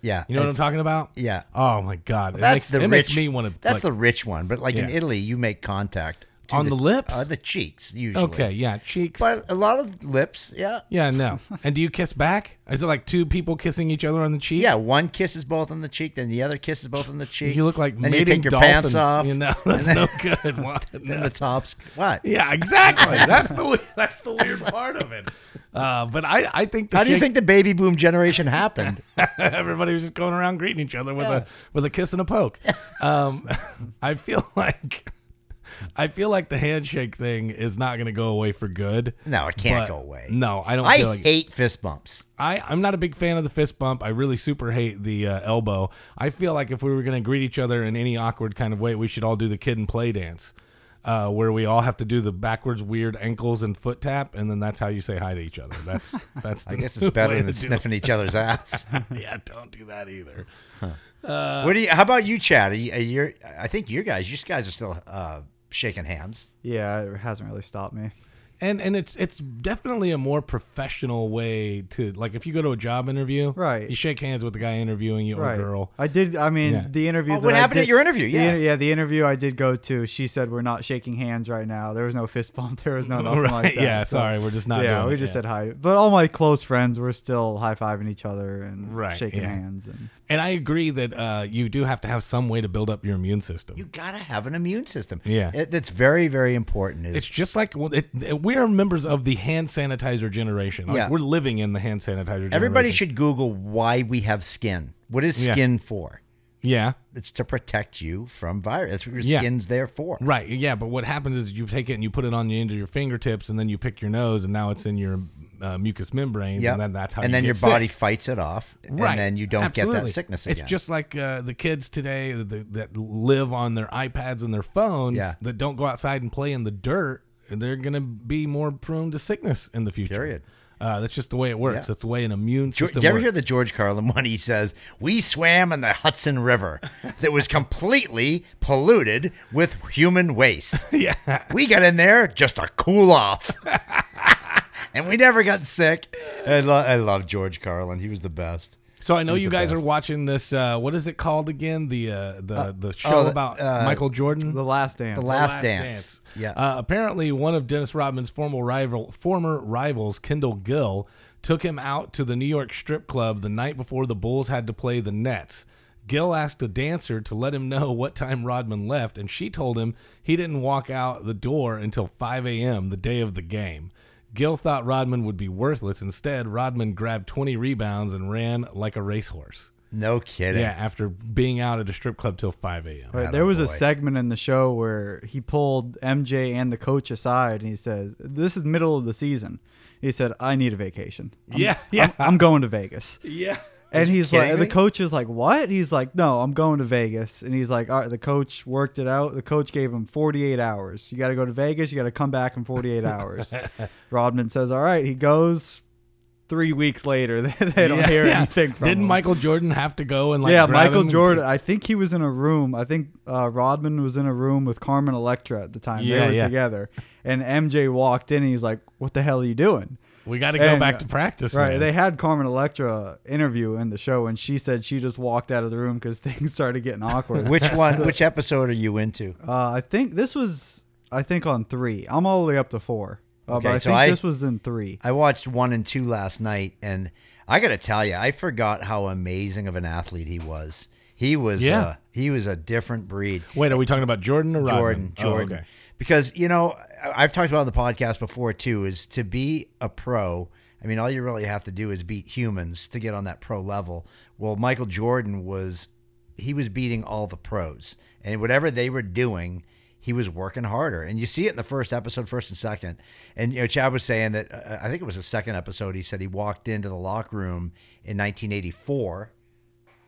yeah,
You know what I'm
it's-
talking about?
Yeah.
Oh my god. It
That's
makes-
the
it
rich.
makes me want to.
that's the rich one. But like in
Yeah.
Italy, you make contact to
On the lips?
uh, the cheeks usually.
okay. Yeah, cheeks.
but a lot of lips, yeah.
yeah, no. And do you kiss back? Is it like two people kissing each other on the cheek?
Yeah, one kisses both on the cheek, then the other kisses both on the cheek.
You look like
then you
mating
take your
dolphins,
pants off,
You know, that's no good. What?
then
No.
the tops. What?
Yeah, exactly. That's the we- that's the weird part of it. Uh, but I I think the
How do you
shake-
think the baby boom generation happened?
everybody was just going around greeting each other with a with a kiss and a poke. um, I feel like I feel like the handshake thing is not going to go away for good.
No, it can't
but-
go away.
No, I don't.
I
feel like
hate fist bumps.
I, I'm not a big fan of the fist bump. I really super hate the uh, elbow. I feel like if we were going to greet each other in any awkward kind of way, we should all do the kid and play dance, uh, where we all have to do the backwards weird ankles and foot tap, and then that's how you say hi to each other. That's that's. The
I guess it's better
way
than
to do
sniffing each other's ass.
it. Yeah, don't do that either. Uh,
what do you? How about you, Chad? Are you, are you- I think you guys, you guys are still uh, shaking hands.
Yeah, it hasn't really stopped me.
And and it's it's definitely a more professional way to like if you go to a job interview,
Right.
You shake hands with the guy interviewing you or
Right.
girl.
I did. I mean,
Yeah.
the interview.
Oh,
that
what
I
happened at
did-
your interview?
the
Yeah.
inter- yeah, the interview I did go to. She said we're not shaking hands right now. There was no fist bump. There was no nothing like
Right,
that.
yeah,
so-
sorry, we're just not
Yeah,
doing
we
it
just
yet.
said hi. But all my close friends were still high fiving each other and
Right,
shaking
yeah.
hands. And
And I agree that uh, you do have to have some way to build up your immune system.
You gotta have an immune system.
Yeah.
It- that's very, very important. Is
It's just like well, it, it- we are members of the hand sanitizer generation. Like,
Yeah.
we're living in the hand sanitizer. generation.
everybody should Google why we have skin. What is
Yeah.
skin for?
Yeah,
It's to protect you from virus. That's what your
Yeah.
skin's there for.
right. Yeah, but what happens is you take it and you put it on the end of your fingertips, and then you pick your nose, and now it's in your uh, mucous membranes,
Yeah.
and then that's how.
And
you
then
get
your
sick.
body fights it off,
Right.
and then you don't get that
Absolutely.
sickness again.
It's just like uh, the kids today that, that live on their iPads and their phones
Yeah.
that don't go outside and play in the dirt. They're going to be more prone to sickness in the future.
Period.
Uh, that's just the way it works.
Yeah.
That's the way an immune
Geor-
system
Did you ever
works.
hear the George Carlin one? He says, We swam in the Hudson River that was completely polluted with human waste.
yeah.
We got in there just to cool off. and we never got sick. I, lo- I love George Carlin. He was the best.
So I know
He's
you
the
guys are
best.
watching this. Uh, what is it called again? The uh, the the show
oh, the-
about
uh,
Michael Jordan,
the last dance.
The Last Dance. Yeah.
Uh, apparently, one of Dennis Rodman's former rival, former rivals, Kendall Gill, took him out to the New York strip club the night before the Bulls had to play the Nets. Gill asked a dancer to let him know what time Rodman left, and she told him he didn't walk out the door until 5 a.m. the day of the game. Gill thought Rodman would be worthless. Instead, Rodman grabbed 20 rebounds and ran like a racehorse.
No kidding.
Yeah, after being out at a strip club till 5 a.m.
Right,
Oh,
there was a
boy.
segment in the show where he pulled MJ and the coach aside and he says, "This is middle of the season." He said, "I need a vacation. I'm-
Yeah, yeah.
I'm, I'm going to Vegas."
Yeah.
And he's like,
kidding
the
me?
coach is like, "What?" He's like, "No, I'm going to Vegas." And he's like, "All right." The coach worked it out. The coach gave him 48 hours. You got to go to Vegas. You got to come back in 48 hours. Rodman says, "All right." He goes. three weeks later they, they don't
Yeah,
hear
yeah.
anything from
Didn't
him.
Michael Jordan have to go and like?
yeah,
grab
Michael
him and
Jordan.
take-
I think he was in a room. I think uh, Rodman was in a room with Carmen Electra at the time.
Yeah,
they were
yeah.
together. And MJ walked in and he's like, What the hell are you doing?
we got to go
And,
back
uh,
to practice.
Right.
man.
They had Carmen Electra interview in the show, and she said she just walked out of the room because things started getting awkward.
Which one? Which episode are you into?
uh, I think this was, I think, on three. I'm all the way up to four. Uh,
Okay,
but I
so
think
I-
this was in three.
I watched one and two last night, and I gotta tell you, I forgot how amazing of an athlete he was. He was,
Yeah.
uh, he was a different breed.
Wait, are we talking about Jordan or
Jordan,
Rodman? Oh,
Jordan.
okay.
Because you know, I- I've talked about it on the podcast before too. Is to be a pro. I mean, all you really have to do is beat humans to get on that pro level. Well, Michael Jordan was, he was beating all the pros, and whatever they were doing, he was working harder. And you see it in the first episode, first and second. And you know, Chad was saying that uh, I think it was the second episode. He said he walked into the locker room in 1984.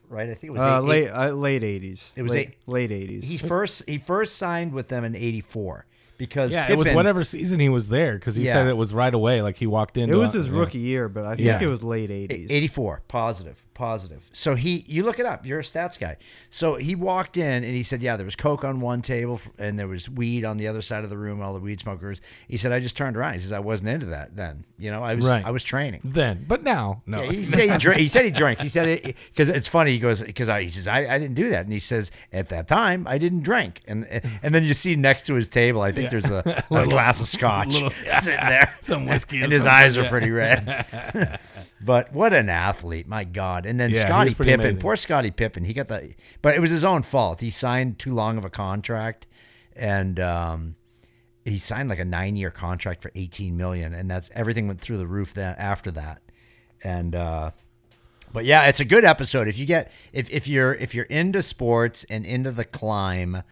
Right, I think it was
Uh,
eight-
late uh, late 80s.
It was
late,
eight-
late 80s.
he first he first signed with them in '84 because
Yeah,
Pippen,
it was whatever season he was there because he
Yeah.
said it was right away. Like he walked in.
it
to-
was his
yeah.
rookie year, but I think
Yeah.
it was late 80s.
'84 positive positive. So he you look it up. You're a stats guy. So he walked in and he said, "Yeah, there was coke on one table f- and there was weed on the other side of the room. All the weed smokers." He said, "I just turned around. He says I wasn't into that then. You know, I was
Right.
I was training."
Then, but now, no.
Yeah, he said he drank. He said he drank. He said it because it's funny. He goes because I he says I, I didn't do that, and he says at that time I didn't drink, and and then you see next to his table, I think there's a, a glass of scotch sitting there,
Some whiskey or
and his
something,
eyes are
yeah.
pretty red. but what an athlete, my God! And then
Yeah, he was
Scotty
pretty
Pippen,
amazing.
poor Scotty Pippen, he got the, but it was his own fault. He signed too long of a contract, and. um he signed like a nine year contract for 18 million and that's everything went through the roof then after that and uh but yeah it's a good episode if you get if, if you're if you're into sports and into the climb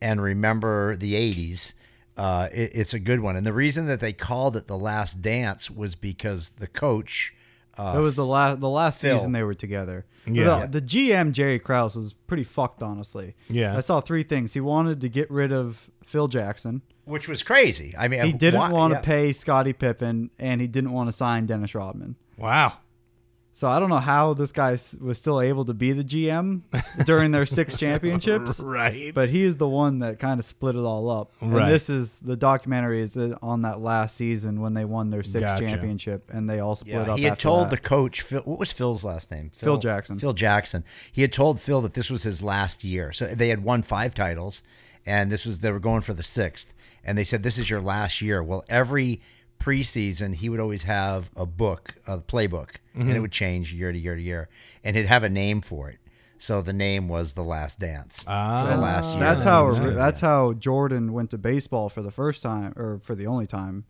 and remember the 80s uh it, it's a good one and the reason that they called it the last dance was because the coach uh,
It was the last the last
Phil.
season they were together.
Yeah.
The, the GM Jerry Krause was pretty fucked, honestly.
Yeah.
I saw three things. He wanted to get rid of Phil Jackson.
which was crazy i mean
He didn't
why-
want to
yeah.
pay Scottie Pippen, and he didn't want to sign Dennis Rodman.
Wow.
So I don't know how this guy s- was still able to be the GM during their six championships.
Right.
But he is the one that kind of split it all up.
Right.
And this is the documentary is uh, on that last season when they won their sixth
Gotcha.
championship and they all split
Yeah,
up.
he had
after
told
that.
the coach Phil. What was Phil's last name?
Phil Jackson.
Phil Jackson. He had told Phil that this was his last year. So they had won five titles, and this was they were going for the sixth. And they said, "This is your last year." Well, every preseason he would always have a book, a playbook, and
Mm-hmm.
it would change year to year to year, and he'd have a name for it. So the name was the Last Dance for the last year.
Ah, That's how
It was Oh, good.
that's how Jordan went to baseball for the first time or for the only time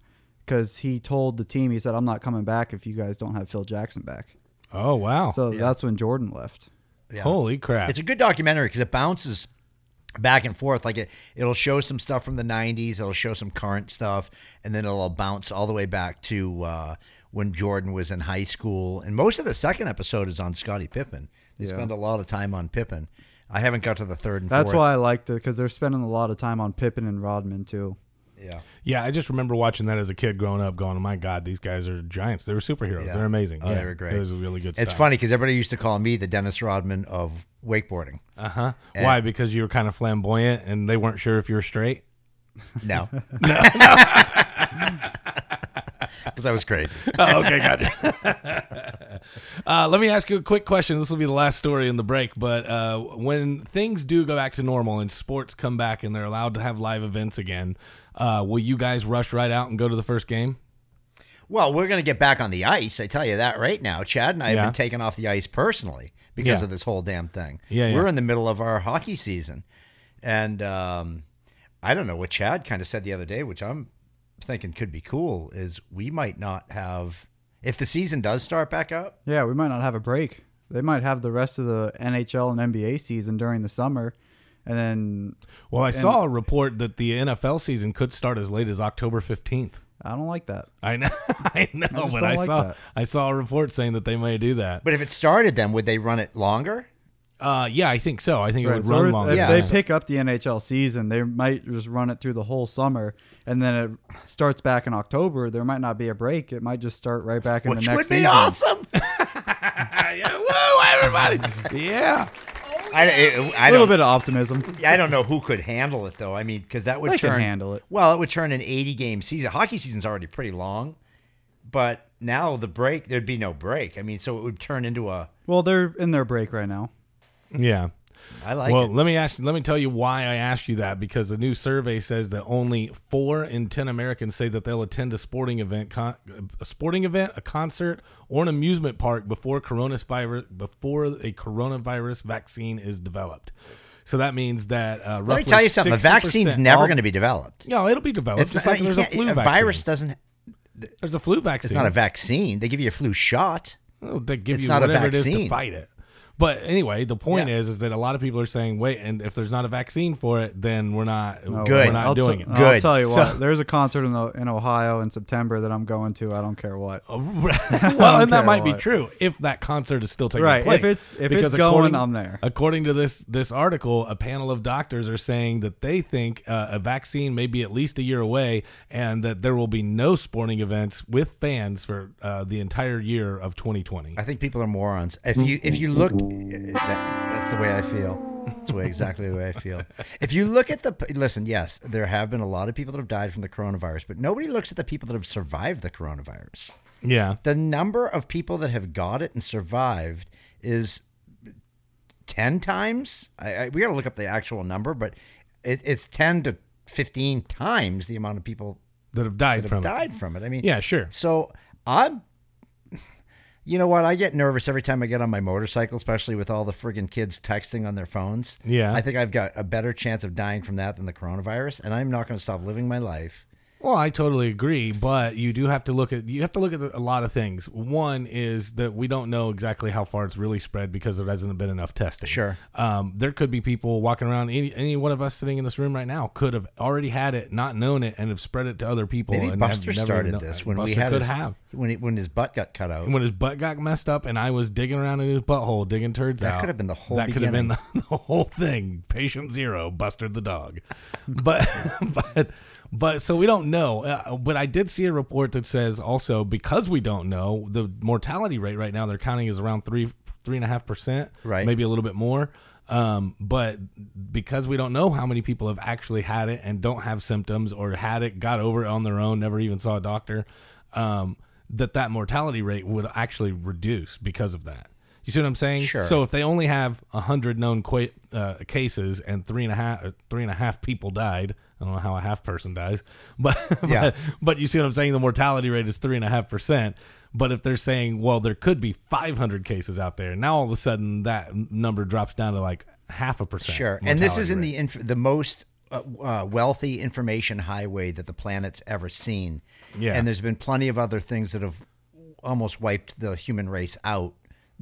because he told the team he said I'm not coming back if you guys don't have Phil Jackson back.
Oh wow.
So that's when Jordan left.
Yeah.
Holy crap.
It's a good documentary because it bounces back and forth. Like it, it'll show some stuff from the '90s, it'll show some current stuff, and then it'll bounce all the way back to uh, when Jordan was in high school. And most of the second episode is on Scottie Pippen. They spend a lot of time on Pippen. I haven't got to the third and
That's
fourth.
why I liked it because they're spending a lot of time on Pippen and Rodman too.
Yeah.
yeah, I just remember watching that as a kid growing up, going, "Oh my god, these guys are giants. They were superheroes.
Yeah.
They're amazing.
Oh,
yeah,
they were great.
It was really good.
It's
stuff.
funny because everybody used to call me the Dennis Rodman of wakeboarding.
Uh huh. Why? Because you were kind of flamboyant, and they weren't sure if you were straight.
No, because I was crazy.
oh, okay, gotcha. uh, let me ask you a quick question. This will be the last story in the break, but uh, when things do go back to normal and sports come back and they're allowed to have live events again, uh, will you guys rush right out and go to the first game?
Well, we're going to get back on the ice. I tell you that right now. Chad and I
Yeah.
have been taken off the ice personally because
Yeah.
of this whole damn thing.
Yeah,
we're
yeah.
in the middle of our hockey season, and um, I don't know what Chad kind of said the other day, which I'm thinking could be cool. Is we might not have if the season does start back up.
Yeah, we might not have a break. They might have the rest of the NHL and NBA season during the summer, and then
Well, I saw a report that the NFL season could start as late as October 15th.
I don't like that.
I know, I know,
just
but
don't
I
like
saw
that.
I saw a report saying that they may do that.
But if it started, then would they run it longer?
Uh, yeah, I think so. I think it
Right,
would
so
run
if-
long.
If
Yeah.
they pick up the NHL season, they might just run it through the whole summer, and then it starts back in October. There might not be a break. It might just start right back in
Which
the next
would be
season.
awesome.
yeah, woo, everybody! yeah,
I, it- I
A little
don't.
bit of optimism.
I don't know who could handle it though. I mean, because that would
They can
turn
handle it.
Well, it would turn an 80 game season. Hockey season's already pretty long, but now the break there'd be no break. I mean, so it would turn into a.
Well, they're in their break right now.
yeah.
I like
well,
it.
let me ask. Let me tell you why I asked you that because the new survey says that only four in ten Americans say that they'll attend a sporting event, con- a sporting event, a concert, or an amusement park before coronavirus before a coronavirus vaccine is developed. So that means that uh,
Let me tell you something. The vaccine's never going to be developed.
No, it'll be developed.
It's
just
not,
like
you
there's a
can't-
flu
a
vaccine.
virus doesn't.
There's a flu vaccine.
It's not a vaccine. They give you a flu shot.
Well, they give
It's
you
not a
whatever it is to
vaccine.
fight it. But anyway, the point
Yeah.
is, is that a lot of people are saying, wait, and if there's not a vaccine for it, then we're not,
Good.
we're not
Oh, I'll
doing
t-
it.
Good.
I'll tell you what.
So-
there's a concert in, the, in Ohio in September that I'm going to. I don't care what.
Oh, well, and that
care
might be
what.
true if that concert is still taking
Right, if
place.
it's- if it's
according-
going, I'm there.
According to this this article, a panel of doctors are saying that they think uh, a vaccine may be at least a year away, and that there will be no sporting events with fans for uh, the entire year of 2020.
I think people are morons. If you if you look, eh, that, that's the way I feel. That's the way exactly the way I feel. If you look at the listen, yes, there have been a lot of people that have died from the coronavirus, but nobody looks at the people that have survived the coronavirus.
yeah,
The number of people that have got it and survived is ten times. I, I, we got to look up the actual number, but it, it's ten to fifteen times the amount of people
that have died
that
from
have
it.
died from it. I mean,
Yeah, sure.
so I'm, you know what? I get nervous every time I get on my motorcycle, especially with all the friggin' kids texting on their phones.
Yeah.
I think I've got a better chance of dying from that than the coronavirus, and I'm not going to stop living my life.
Well, I totally agree, but you do have to look at you have to look at a lot of things. One is that we don't know exactly how far it's really spread because there hasn't been enough testing.
Sure.
um, there could be people walking around. Any any one of us sitting in this room right now could have already had it, not known it, and have spread it to other people.
Maybe
and have
Buster
never
started
known-
this when we
Buster
had
could
his,
have.
when he, when his butt got cut out.
When his butt got messed up, and I was digging around in his butthole, digging turds out.
That could have been the whole
That could have been the, the whole thing. Patient zero, Buster the dog. But but but so we don't know. Uh, but I did see a report that says also because we don't know the mortality rate right now they're counting is around three three and a half percent,
Right.
Maybe a little bit more. Um, but because we don't know how many people have actually had it and don't have symptoms or had it, got over it on their own, never even saw a doctor, um, that that mortality rate would actually reduce because of that. You see what I'm saying?
Sure.
So if they only have hundred known qu- uh, cases and three and a half, uh, three and a half people died. I don't know how a half person dies, but
Yeah.
but, but you see what I'm saying? The mortality rate is three and a half percent. But if they're saying, well, there could be 500 cases out there, now all of a sudden that n- number drops down to like half a percent.
Sure. And this
mortality
is in
rate.
the inf- the most uh, uh, wealthy information highway that the planet's ever seen.
Yeah.
And there's been plenty of other things that have almost wiped the human race out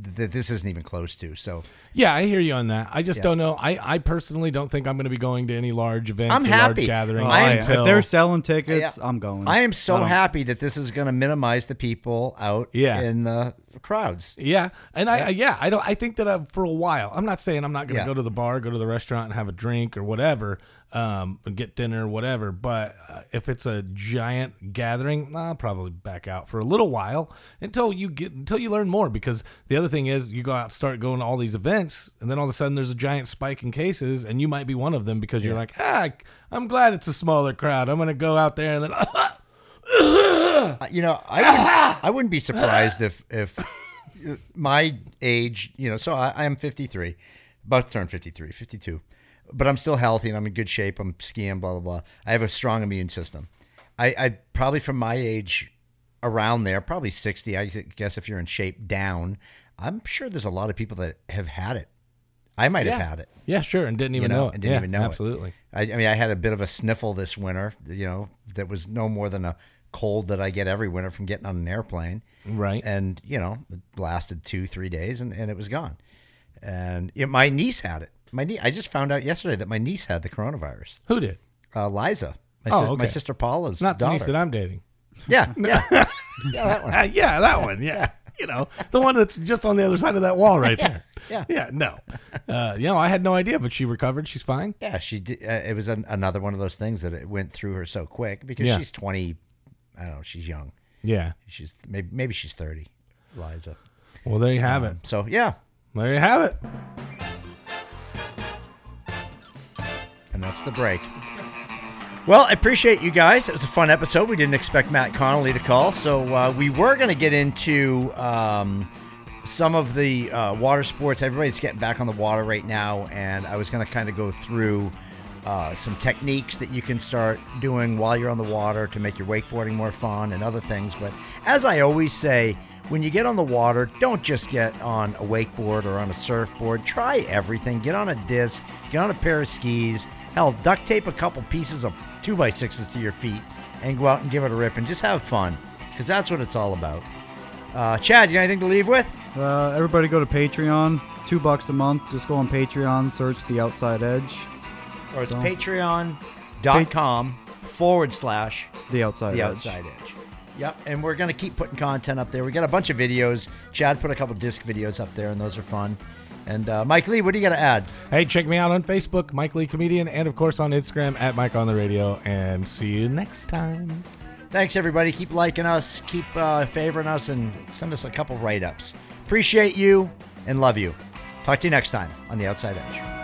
th- that this isn't even close to. So
Yeah, I hear you on that. I just don't know. I, I personally don't think I'm going to be going to any large events,
I'm
or
happy.
large gatherings.
Oh, I am-
If
until-
they're selling tickets,
Yeah.
I'm going.
I am so happy that this is going to minimize the people out
Uh-huh. Yeah.
in the crowds.
Yeah, and I yeah I don't I think that uh for a while I'm not saying I'm not going to
Yeah.
go to the bar, go to the restaurant, and have a drink or whatever, um, and get dinner or whatever. But uh, if it's a giant gathering, I'll probably back out for a little while until you get until you learn more. Because the other thing is you go out, start going to all these events, and then all of a sudden there's a giant spike in cases, and you might be one of them because you're like, ah, I'm glad it's a smaller crowd. I'm going to go out there and then.
Uh, You know, I wouldn't, I wouldn't be surprised if if my age, you know, so I, I'm 53, about to turn 53, 52, but I'm still healthy and I'm in good shape. I'm skiing, blah blah blah. I have a strong immune system. I, I probably from my age around there, probably 60. I guess if you're in shape down, I'm sure there's a lot of people that have had it. I might have had it.
Yeah, sure, and didn't even
know,
know, it.
and didn't
Yeah,
even know it.
absolutely.
I, I mean, I had a bit of a sniffle this winter, you know, that was no more than a cold that I get every winter from getting on an airplane.
Right.
And, you know, it lasted two, three days and, and it was gone. And yeah, my niece had it. My nie- I just found out yesterday that my niece had the coronavirus.
Who did?
Uh, Liza, my,
Oh,
sis- my
okay.
sister Paula's
Not the
daughter.
least that I'm dating.
yeah, yeah, yeah, that one.
Uh, yeah, that one. Yeah. you know, the one that's just on the other side of that wall right there.
yeah.
Yeah. No. Uh, you know, I had no idea, but she recovered. She's fine.
Yeah, she did. Uh, it was an, another one of those things that it went through her so quick because
Yeah.
she's 20. I don't know. She's young.
Yeah.
She's maybe, maybe she's 30. Liza.
Well, there you have it.
So yeah,
There you have it.
and that's the break. Well, I appreciate you guys. It was a fun episode. We didn't expect Matt Connolly to call, so uh, we were going to get into um, some of the uh, water sports. Everybody's getting back on the water right now, and I was going to kind of go through uh, some techniques that you can start doing while you're on the water to make your wakeboarding more fun and other things. But as I always say, when you get on the water, don't just get on a wakeboard or on a surfboard. Try everything. Get on a disc, get on a pair of skis. Hell, duct tape a couple pieces of two by sixes to your feet and go out and give it a rip and just have fun because that's what it's all about. Uh, Chad, you got anything to leave with?
Uh, everybody go to Patreon. Two bucks a month. Just go on Patreon, search The Outside Edge.
Or it's
So-
patreon.com forward slash
The Outside
the
Edge.
outside edge. Yep, and we're gonna keep putting content up there. We got a bunch of videos. Chad put a couple disc videos up there, and those are fun. And uh, Mike Lee, what do you got to add?
Hey, check me out on Facebook, Mike Lee Comedian, and of course on Instagram at Mike on the Radio. And see you next time.
Thanks everybody. Keep liking us, keep uh, favoring us, and send us a couple write ups. Appreciate you and love you. Talk to you next time on the Outside Edge.